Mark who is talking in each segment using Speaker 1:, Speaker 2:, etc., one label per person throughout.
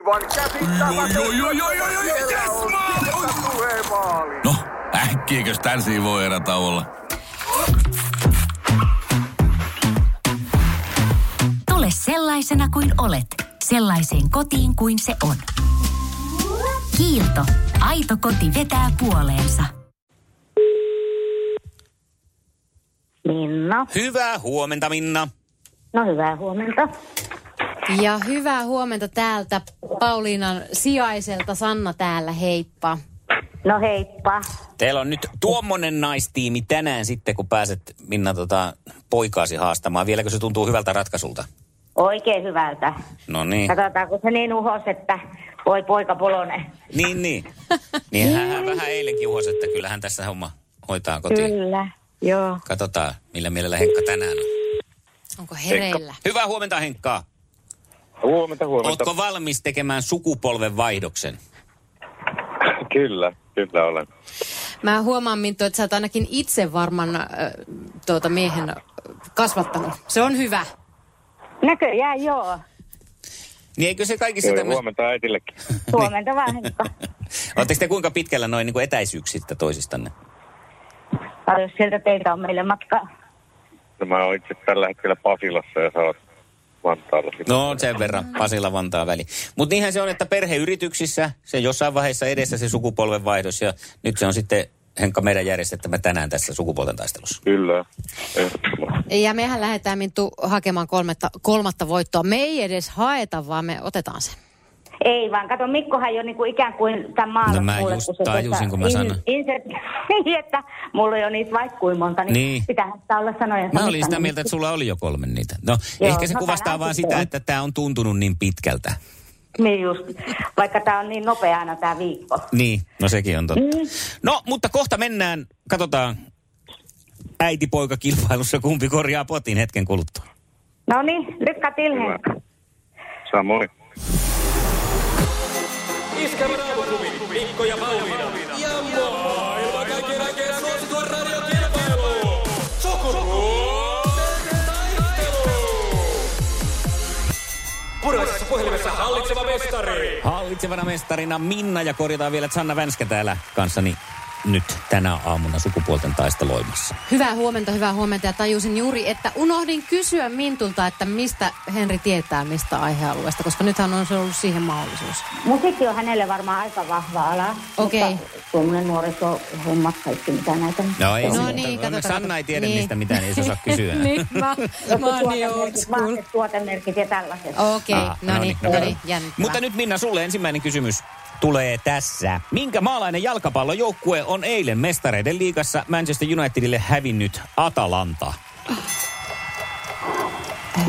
Speaker 1: aivan käsittämätöntä.
Speaker 2: Oi, oi, oi, oi, oi, oi,
Speaker 1: Siellä
Speaker 2: yes,
Speaker 1: on
Speaker 2: maali!
Speaker 1: Sirkka
Speaker 2: Oi.
Speaker 1: Tuhe maali.
Speaker 2: No, äkkiäkös tän voi erä olla?
Speaker 3: Tule sellaisena kuin olet, sellaiseen kotiin kuin se on. Kiilto. Aito koti vetää puoleensa.
Speaker 4: Minna.
Speaker 5: Hyvää huomenta, Minna.
Speaker 4: No hyvää huomenta.
Speaker 6: Ja hyvää huomenta täältä Pauliinan sijaiselta. Sanna täällä, heippa.
Speaker 4: No heippa.
Speaker 5: Teillä on nyt tuommoinen naistiimi tänään sitten, kun pääset Minna tota, poikaasi haastamaan. Vieläkö se tuntuu hyvältä ratkaisulta?
Speaker 4: Oikein hyvältä.
Speaker 5: No niin.
Speaker 4: Katsotaan, kun se niin uhos, että voi poika polone.
Speaker 5: Niin, niin. Niin hän vähän eilenkin uhos, että kyllähän tässä homma hoitaa kotiin.
Speaker 4: Kyllä, joo.
Speaker 5: Katsotaan, millä mielellä Henkka tänään on.
Speaker 6: Onko hereillä?
Speaker 5: Hyvää huomenta, Henkkaa.
Speaker 7: Huomenta, huomenta.
Speaker 5: Ootko valmis tekemään sukupolven vaihdoksen?
Speaker 7: Kyllä, kyllä olen.
Speaker 6: Mä huomaan, Minttu, että sä oot ainakin itse varmaan äh, tuota miehen äh, kasvattanut. Se on hyvä.
Speaker 4: Näköjään joo.
Speaker 5: Niin eikö se kaikissa
Speaker 7: Joo, ja
Speaker 5: tämmöisissä...
Speaker 7: huomenta äitillekin.
Speaker 5: Niin.
Speaker 4: Huomenta vaan Henkka.
Speaker 5: Oletteko te kuinka pitkällä noin niin etäisyyksistä toisistanne?
Speaker 4: Paljon sieltä teiltä on meille matkaa.
Speaker 7: No, Mä oon itse tällä hetkellä Pasilassa ja sä oot Vantaalla.
Speaker 5: No sen verran, Pasilla Vantaa väli. Mutta niinhän se on, että perheyrityksissä se jossain vaiheessa edessä se sukupolven vaihdos ja nyt se on sitten Henkka meidän järjestettävä tänään tässä sukupuolten taistelussa.
Speaker 7: Kyllä. ehdottomasti.
Speaker 6: Ja mehän lähdetään Minttu hakemaan kolmatta, kolmatta voittoa. Me ei edes haeta, vaan me otetaan se.
Speaker 4: Ei vaan, kato Mikkohan jo niinku ikään kuin tämän maailman
Speaker 5: No mä just
Speaker 4: tota
Speaker 5: tajusin, kun mä sanoin.
Speaker 4: niin, että mulla on jo niitä vaikka kuin monta, niin,
Speaker 5: Niin.
Speaker 4: niin. pitähän sitä olla sanoja.
Speaker 5: Mä olin sitä mieltä, että sulla oli jo kolme niitä. No
Speaker 4: Joo,
Speaker 5: ehkä se
Speaker 4: no
Speaker 5: kuvastaa
Speaker 4: tänään
Speaker 5: vaan
Speaker 4: sitten
Speaker 5: sitä,
Speaker 4: on.
Speaker 5: että tämä on tuntunut niin pitkältä.
Speaker 4: Niin just, vaikka tää on niin nopea aina tää viikko.
Speaker 5: Niin, no sekin on totta.
Speaker 4: Niin.
Speaker 5: No, mutta kohta mennään, katsotaan äiti-poika kilpailussa, kumpi korjaa potin hetken kuluttua.
Speaker 4: No niin, lykkä til
Speaker 7: Hyvä.
Speaker 4: Henkka.
Speaker 7: Samoin.
Speaker 8: Iskävä raamuklubi, Mikko ja Pauliina. Ja maailman kaikkien aikeen suosituen radiokilpailu. Sukupuolten taistelu. Punaisessa puhelimessa hallitseva mestari.
Speaker 5: Hallitsevana mestarina Minna ja korjataan vielä, että Sanna Vänskä täällä kanssani nyt tänä aamuna sukupuolten taisteloimassa.
Speaker 6: Hyvää huomenta, hyvää huomenta. Ja tajusin juuri, että unohdin kysyä Mintulta, että mistä Henri tietää, mistä aihealueesta, koska nythän on se ollut siihen mahdollisuus.
Speaker 4: Musiikki on hänelle varmaan aika vahva ala.
Speaker 6: Okei.
Speaker 4: Mutta tuommoinen nuorisohommat, kaikki mitä näitä.
Speaker 5: No ei,
Speaker 4: on.
Speaker 5: se- onneksi Sanna ei tiedä niistä mitään, niin ei se osaa kysyä.
Speaker 6: niin, mä, mä oon niin old
Speaker 4: tuota Tuotemerkit,
Speaker 6: school.
Speaker 4: vaatet, tuotemerkit ja tällaiset.
Speaker 6: Okei, okay,
Speaker 5: Ah,
Speaker 6: no niin, no
Speaker 5: kato.
Speaker 6: niin, jännittävää.
Speaker 5: Mutta nyt Minna, sulle ensimmäinen kysymys tulee tässä. Minkä maalainen jalkapallojoukkue on eilen mestareiden liigassa Manchester Unitedille hävinnyt Atalanta?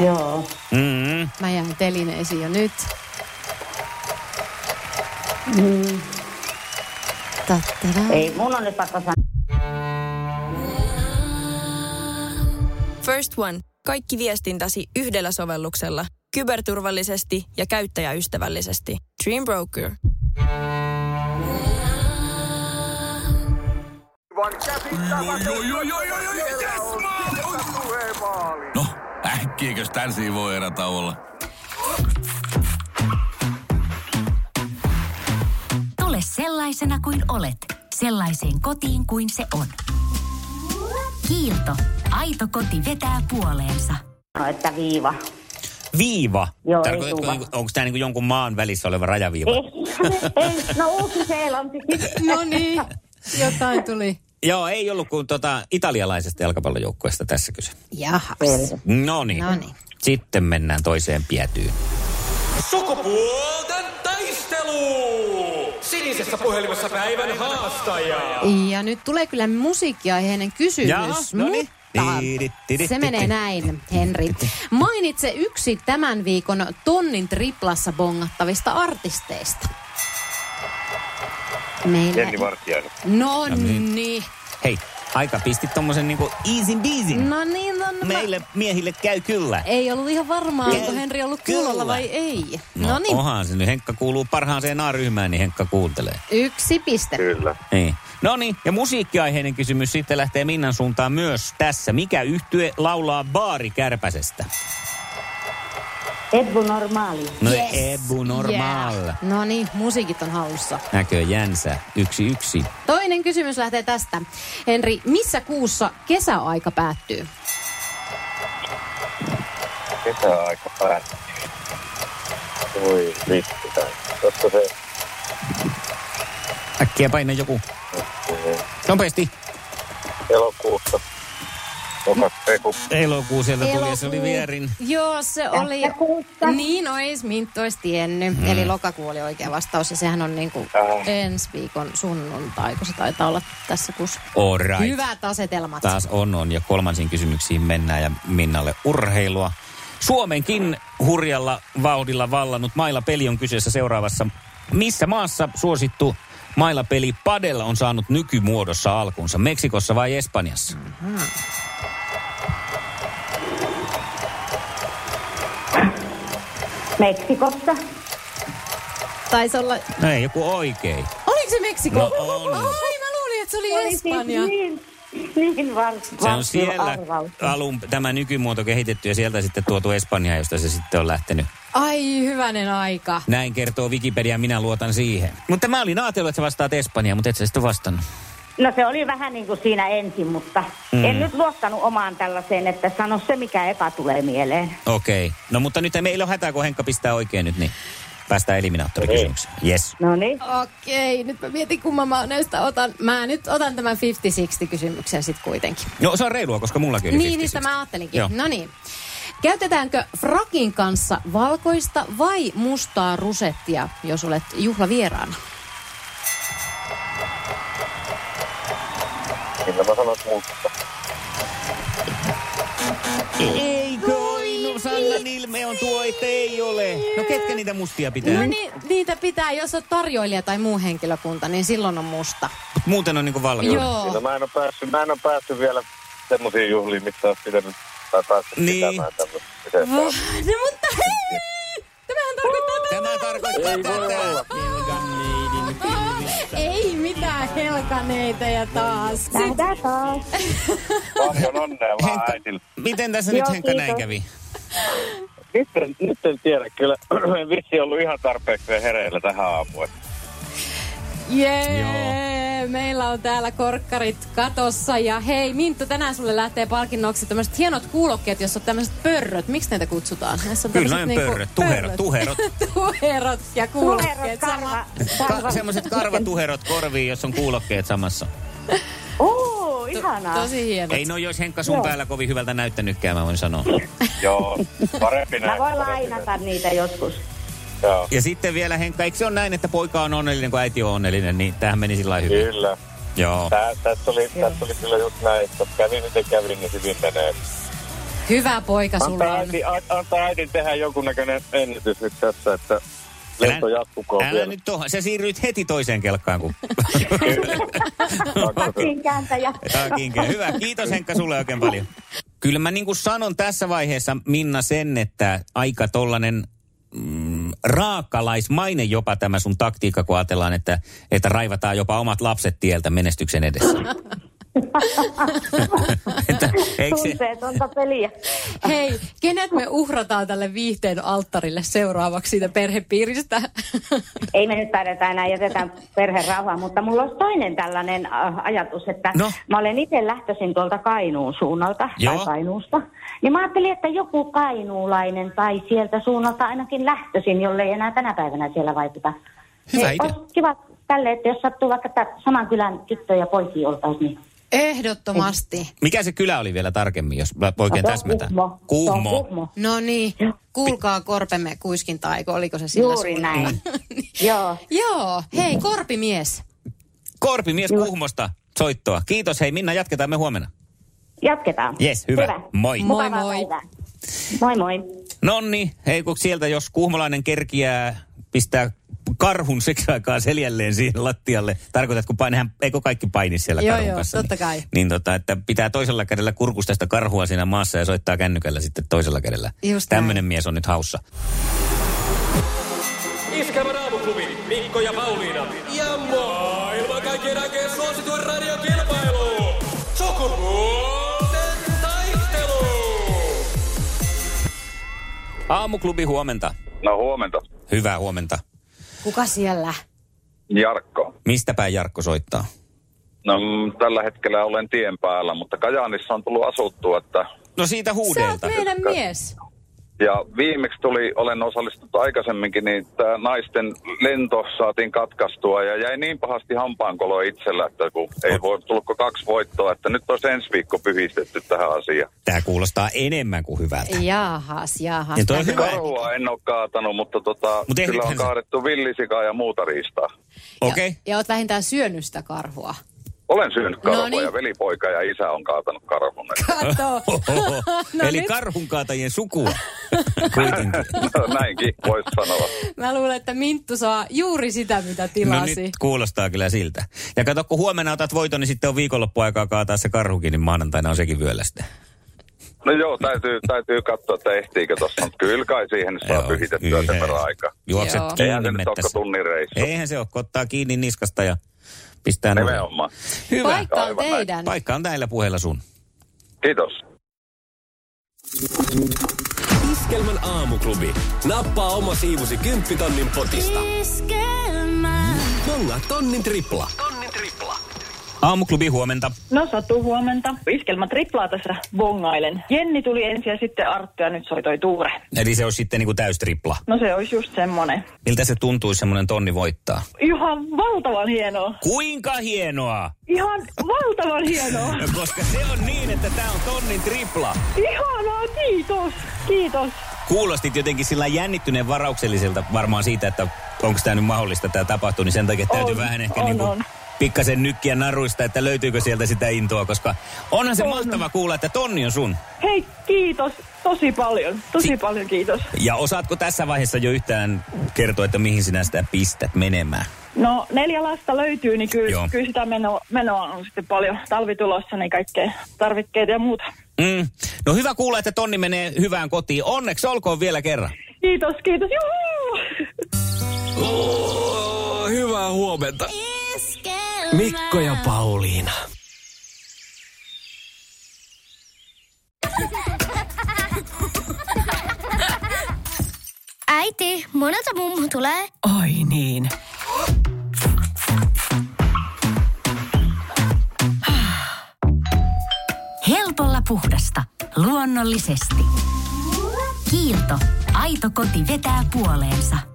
Speaker 4: Joo.
Speaker 5: Mm,
Speaker 6: Mä jään telineisiin jo nyt. Tattara.
Speaker 4: Ei, mun on nyt pakko sanoa.
Speaker 9: First One. Kaikki viestintäsi yhdellä sovelluksella. Kyberturvallisesti ja käyttäjäystävällisesti. Dream Broker.
Speaker 1: Aivan käsittämätöntä.
Speaker 2: Oi, oi, oi, oi, oi,
Speaker 1: Siellä
Speaker 2: yes,
Speaker 1: on
Speaker 2: maali! Oi.
Speaker 1: Sirkka Tuhe maali.
Speaker 2: No, äkkiäkös tän voi erä olla?
Speaker 3: Tule sellaisena kuin olet, sellaiseen kotiin kuin se on. Kiilto. Aito koti vetää puoleensa.
Speaker 4: No, että viiva.
Speaker 5: viiva.
Speaker 4: Joo, ei
Speaker 5: Tarkoitatko,
Speaker 4: suva.
Speaker 5: niinku, onko tämä niinku jonkun maan välissä oleva rajaviiva?
Speaker 4: Ei, ei, no uusi seelantikin.
Speaker 6: No niin, jotain tuli.
Speaker 5: Joo, ei ollut kuin tota, italialaisesta jalkapallojoukkueesta tässä kyse.
Speaker 6: Jahas.
Speaker 5: No niin.
Speaker 6: Noniin.
Speaker 5: Sitten mennään toiseen piätyyn.
Speaker 8: Sukupuolten taistelu. Sinisessä puhelimessa päivän haastaja.
Speaker 6: Ja nyt tulee kyllä musiikkiaiheinen kysymys,
Speaker 5: Jaha, no niin.
Speaker 6: mutta
Speaker 5: Tidit, tidit,
Speaker 6: se menee
Speaker 5: tidit.
Speaker 6: näin, Henri. Mainitse yksi tämän viikon tonnin triplassa bongattavista artisteista. Meillä...
Speaker 7: Jenni Vartiainen.
Speaker 6: No
Speaker 5: niin.
Speaker 6: niin.
Speaker 5: Hei, aika pisti tommosen niinku easy biisin.
Speaker 6: No niin, no, no, Eh, mä-
Speaker 5: Meille miehille käy kyllä.
Speaker 6: Ei ollut ihan varmaa, onko
Speaker 5: Kyllä.
Speaker 6: Henri ollut kuulolla vai ei. No,
Speaker 5: No
Speaker 6: niin,
Speaker 5: Onhan se nyt. Henkka kuuluu parhaaseen A-ryhmään, niin Henkka kuuntelee.
Speaker 6: yksi piste.
Speaker 7: Kyllä.
Speaker 5: Niin. No niin, ja musiikkiaiheinen kysymys sitten lähtee Minnan suuntaan myös tässä. Mikä yhtye laulaa Baari Kärpäsestä?
Speaker 4: Ebbu normaali.
Speaker 5: No yes. Ebu Normal. Yeah.
Speaker 6: No niin, musiikit on hallussa.
Speaker 5: Näköjänsä. Yksi yksi.
Speaker 6: Toinen kysymys lähtee tästä. Henri, missä kuussa kesäaika päättyy?
Speaker 7: Kesäaika päättyy. Voi vittu. tai- Koska se...
Speaker 5: Äkkiä paina joku. Nopeasti.
Speaker 7: eh, elokuussa. Lokakuun.
Speaker 5: Elokuu sieltä tuli ja se oli
Speaker 6: Elokuu.
Speaker 5: vierin.
Speaker 6: Joo, se oli... Niin, no ei Minttu olisi tiennyt. Mm. Eli lokakuu oli oikea vastaus ja sehän on niinku
Speaker 7: Äh.
Speaker 6: ensi viikon sunnuntai, kun se taitaa olla tässä kus.
Speaker 5: All right.
Speaker 6: Hyvät asetelmat.
Speaker 5: Taas on, on. Ja kolmansiin kysymyksiin mennään ja Minnalle urheilua. Suomenkin hurjalla vauhdilla vallannut mailapeli on kyseessä seuraavassa. Missä maassa suosittu mailapeli Padella on saanut nykymuodossa alkunsa? Meksikossa vai Espanjassa?
Speaker 4: Meksikossa.
Speaker 6: Taisi olla...
Speaker 5: No ei, joku oikein.
Speaker 6: Oliko se Meksiko?
Speaker 5: No on.
Speaker 6: Ai, mä luulin, että se oli Espanja.
Speaker 4: Niin, niin vars,
Speaker 5: Se on
Speaker 4: vars-
Speaker 5: siellä
Speaker 4: arvaus.
Speaker 5: alun tämä nykymuoto kehitetty ja sieltä sitten tuotu Espanjaan, josta se sitten on lähtenyt.
Speaker 6: Ai, hyvänen aika.
Speaker 5: Näin kertoo Wikipedia, minä luotan siihen. Mutta mä olin ajatellut, että sä vastaat Espanjaa, mutta et sä sitten vastannut.
Speaker 4: No se oli vähän niin kuin siinä ensin, mutta mm. en nyt luottanut omaan tällaiseen, että sano se, mikä eka tulee mieleen.
Speaker 5: Okei. Okay. No mutta nyt meillä on hätää, kun Henkka pistää oikein nyt, niin päästään eliminaattorikysymykseen. Yes.
Speaker 4: No niin.
Speaker 6: Okei, nyt mä mietin, kumman mä näistä otan. Mä nyt otan tämän 50-60 kysymyksen sitten kuitenkin.
Speaker 5: No se on reilua, koska mullakin oli
Speaker 6: Niin,
Speaker 5: 50-50.
Speaker 6: niistä mä ajattelinkin.
Speaker 5: Joo.
Speaker 6: No niin. Käytetäänkö frakin kanssa valkoista vai mustaa rusettia, jos olet juhlavieraana?
Speaker 7: Kyllä mä sanon muutta.
Speaker 5: Eikö ole? No Sanna Nilme on tuo, et ei ole. No ketkä niitä mustia pitää?
Speaker 6: No ni, niitä pitää, jos on tarjoilija tai muu henkilökunta, niin silloin on musta.
Speaker 5: Mut Muuten on niinku valkoinen.
Speaker 7: Kyllä
Speaker 6: Joo.
Speaker 7: Niin, no mä en ole päässyt, mä en ole päässyt vielä semmoisiin juhliin, missä olisi pitänyt tai päässyt
Speaker 5: Niin.
Speaker 7: pitämään tämmöistä. kyseistä.
Speaker 6: No, mutta hei! Tämähän tarkoittaa tätä.
Speaker 5: Tämä tarkoittaa
Speaker 7: Ei voi olla.
Speaker 6: Ei mitään helkaneita ja taas.
Speaker 4: Nähdään taas.
Speaker 7: Paljon onnea vaan
Speaker 5: Niin.
Speaker 7: äitille.
Speaker 5: Miten tässä nyt
Speaker 4: Joo,
Speaker 5: Henkka näin
Speaker 4: kiitos.
Speaker 5: kävi?
Speaker 7: Nyt en, nyt en tiedä, kyllä en vissi ollut ihan tarpeeksi vielä hereillä tähän aamuun. että
Speaker 6: Jee!
Speaker 5: Joo.
Speaker 6: Meillä on täällä korkkarit katossa. Ja hei, Minttu, tänään sulle lähtee palkinnoksi tämmöiset hienot kuulokkeet, jossa on tämmöiset pörröt. Miksi näitä kutsutaan? Näissä on
Speaker 5: Kyllä
Speaker 6: tämmöiset niinku
Speaker 5: on pörröt, tuherot, tuherot.
Speaker 6: tuherot ja
Speaker 4: Tuherot,
Speaker 6: kuulokkeet.
Speaker 4: karva.
Speaker 6: sama.
Speaker 5: Ka- semmoiset karvatuherot korviin, jos on kuulokkeet samassa.
Speaker 4: Oo, ihanaa.
Speaker 6: Tosi hienot.
Speaker 5: Ei no, jos Henkka sun päällä kovin hyvältä näyttänytkään, mä voin sanoa.
Speaker 7: Joo, parempi
Speaker 4: Mä
Speaker 7: näin.
Speaker 4: voin
Speaker 7: parempi näin.
Speaker 4: lainata niitä joskus.
Speaker 7: Joo,
Speaker 5: Ja sitten vielä Henkka, eikö se ole näin, että poika on onnellinen, kun äiti on onnellinen, niin tämähän meni sillä lailla hyvin.
Speaker 7: kyllä.
Speaker 5: Joo.
Speaker 7: Tää, tässä oli, tässä oli kyllä just näin, että kävi miten kävi, niin hyvin menee.
Speaker 6: Hyvä poika sulle
Speaker 7: Antaa
Speaker 6: on.
Speaker 7: äidin, a- antaa äidin tehdä jonkunnäköinen ennätys nyt tässä, että lento jatkukoon
Speaker 5: älä
Speaker 7: vielä.
Speaker 5: nyt tuohon, sä siirryit heti toiseen kelkkaan. Kun...
Speaker 7: Onko se-
Speaker 4: Niin, Kääntäjä.
Speaker 5: Tää on kinkeä. Hyvä, kiitos Henkka sulle oikein paljon. Kyllä mä niin kuin sanon tässä vaiheessa Minna sen, että aika tollanen mm, raakalaismainen jopa tämä sun taktiikka, kun ajatellaan, että, että raivataan jopa omat lapset tieltä menestyksen edessä. että, eikö se,
Speaker 4: Tunteetonta peliä.
Speaker 6: Hei, kenet me uhrataan tälle viihteen alttarille seuraavaksi siitä perhepiiristä?
Speaker 4: Ei me nyt pärjätä enää, jätetään perhe rauhaan, mutta mulla olisi toinen tällainen äh, ajatus, että
Speaker 5: No.
Speaker 4: no. mä olen itse lähtöisin tuolta Kainuun suunnalta
Speaker 5: Joo.
Speaker 4: tai Kainuusta. Niin mä ajattelin, että joku kainuulainen tai sieltä suunnalta ainakin lähtöisin, jolle ei enää tänä päivänä siellä vaikuta.
Speaker 5: Hyvä
Speaker 4: niin
Speaker 5: idea.
Speaker 4: Olisi kiva tälle, että jos sattuu vaikka tää saman kylän tyttöjä ja poikia oltaisiin, niin
Speaker 6: Ehdottomasti.
Speaker 5: mikä se kylä oli vielä tarkemmin, jos mä oikein
Speaker 4: No, se on
Speaker 5: täsmätään?
Speaker 4: Kuhmo. Se on
Speaker 5: Kuhmo.
Speaker 4: Kuhmo.
Speaker 6: No niin, kuulkaa korpemme kuiskinta, eikö oliko se sillä
Speaker 4: Juuri
Speaker 6: suunnalla?
Speaker 4: näin.
Speaker 5: niin.
Speaker 4: Joo.
Speaker 6: Joo, hei korpimies.
Speaker 5: Korpimies Kuhmosta soittoa. Kiitos, hei Minna, jatketaan me huomenna.
Speaker 4: Jatketaan.
Speaker 5: Yes, hyvä. Moi.
Speaker 6: Moi,
Speaker 4: Mukavaa
Speaker 6: moi.
Speaker 4: päivää. Moi moi.
Speaker 5: Nonni, hei kun sieltä jos kuhmolainen kerkiää pistää karhun siksi aikaa selälleen siihen lattialle. Tarkoitat, kun painehän, eikö kaikki paini siellä
Speaker 6: Joo,
Speaker 5: karhun
Speaker 6: joo,
Speaker 5: kanssa?
Speaker 6: totta kai.
Speaker 5: Niin, niin tota, että pitää toisella kädellä kurkusta sitä karhua siinä maassa ja soittaa kännykällä sitten toisella kädellä.
Speaker 6: Just näin.
Speaker 5: Tämmöinen mies on nyt haussa.
Speaker 8: Iskävä raamuklubi, Mikko ja Pauliina. Ja maailman kaikkien aikeen suosituen radiokilpailu. Sukupuolten taistelu.
Speaker 5: Aamuklubi huomenta.
Speaker 7: No huomenta.
Speaker 5: Hyvää huomenta.
Speaker 6: Kuka siellä?
Speaker 7: Jarkko.
Speaker 5: Mistä päin Jarkko soittaa?
Speaker 7: No mm, tällä hetkellä olen tien päällä, mutta Kajaanissa on tullut asuttua, että...
Speaker 5: No siitä
Speaker 6: Sä oot
Speaker 5: huudelta.
Speaker 6: meidän mies.
Speaker 7: Ja viimeksi tuli, olen osallistunut aikaisemminkin, niin tämä naisten lento saatiin katkaistua ja jäi niin pahasti hampaankolo itsellä, että kun ei voi tullutko kaksi voittoa, että nyt olisi ensi viikko pyhistetty tähän asiaan.
Speaker 5: Tämä kuulostaa enemmän kuin hyvältä.
Speaker 6: Jaahas, jaahas.
Speaker 5: Ja Niin toi on
Speaker 6: Tämä-
Speaker 5: hyvä.
Speaker 7: Karhua en ole kaatanut, mutta tota,
Speaker 5: Mut ehdithän
Speaker 7: kyllä on
Speaker 5: sä-
Speaker 7: kaadettu villisikaa ja muuta riistaa.
Speaker 5: Okei. Okay.
Speaker 6: Ja, ja oot vähintään syönyt sitä karhua.
Speaker 7: Olen syönyt karhua
Speaker 6: No niin.
Speaker 7: ja velipoika ja isä on kaatanut karhun. että
Speaker 6: Kato.
Speaker 5: Oho.
Speaker 6: No
Speaker 5: Eli
Speaker 6: nyt.
Speaker 5: karhunkaatajien sukua. Kuitenkin. No
Speaker 7: No Näinkin voisi sanoa.
Speaker 6: Mä luulen, että Minttu saa juuri sitä, mitä
Speaker 5: No
Speaker 6: tilasi.
Speaker 5: nyt kuulostaa kyllä siltä. Ja kato, kun huomenna otat voiton, niin sitten on viikonloppuaikaa kaataa se karhukin, niin maanantaina on sekin vyölästä.
Speaker 7: No joo, täytyy, täytyy katsoa, että ehtiikö tuossa, mutta kyllä kai siihen nyt saa pyhitettyä sen verran aikaa.
Speaker 5: Juokset
Speaker 6: Joo.
Speaker 7: Eihän
Speaker 5: kiinni
Speaker 7: se nyt ole
Speaker 5: mettässä.
Speaker 7: tunnin reissu.
Speaker 5: Eihän se ole, kun ottaa kiinni niskasta ja pistää nurin.
Speaker 7: Nimenomaan.
Speaker 5: Hyvä. Paikka.
Speaker 6: Paikka on
Speaker 7: Aivan näin.
Speaker 6: teidän.
Speaker 5: Paikka on näillä puheilla sun.
Speaker 7: Kiitos.
Speaker 8: Iskelmän aamuklubi. Nappaa oma siivosi kymppitonnin potista. Bonga tonnin tripla.
Speaker 5: Aamuklubi huomenta.
Speaker 10: No Satu, huomenta. Iskelmä triplaa tässä bongailen. Jenni tuli ensin ja sitten Arttu ja nyt soitoi Tuure.
Speaker 5: Eli se olisi sitten niin kuin täystripla.
Speaker 10: No se olisi just semmonen.
Speaker 5: Miltä se tuntuisi semmoinen tonni voittaa?
Speaker 10: Ihan valtavan hienoa.
Speaker 5: Kuinka hienoa!
Speaker 10: Ihan valtavan hienoa.
Speaker 5: No, koska se on niin, että tämä on tonnin tripla.
Speaker 10: Ihanaa, kiitos. Kiitos.
Speaker 5: Kuulostit jotenkin sillä jännittyneen varaukselliselta varmaan siitä, että onko tämä nyt mahdollista tämä tapahtuu, niin sen takia täytyy
Speaker 10: On,
Speaker 5: vähän ehkä
Speaker 10: on,
Speaker 5: niin
Speaker 10: on.
Speaker 5: pikkasen nykkiä naruista, että löytyykö sieltä sitä intoa, koska onhan se
Speaker 10: On.
Speaker 5: mahtava kuulla, että tonni on sun.
Speaker 10: Hei, kiitos tosi paljon. Tosi paljon kiitos.
Speaker 5: Ja osaatko tässä vaiheessa jo yhtään kertoa, että mihin sinä sitä pistät menemään?
Speaker 10: No neljä lasta löytyy, niin
Speaker 5: Joo.
Speaker 10: kyllä, kyllä sitä meno, menoa on sitten paljon. Talvi tulossa, niin kaikkea tarvikkeita ja muuta.
Speaker 5: Mm. No hyvä kuulla, että tonni menee hyvään kotiin. Onneksi olkoon vielä kerran.
Speaker 10: Kiitos, kiitos. Juhu!
Speaker 8: Oh, hyvää huomenta. Mikko ja Pauliina.
Speaker 11: Äiti, monelta mummu tulee?
Speaker 10: Ai niin.
Speaker 3: Helpolla puhdasta. Luonnollisesti. Kiilto. Aito koti vetää puoleensa.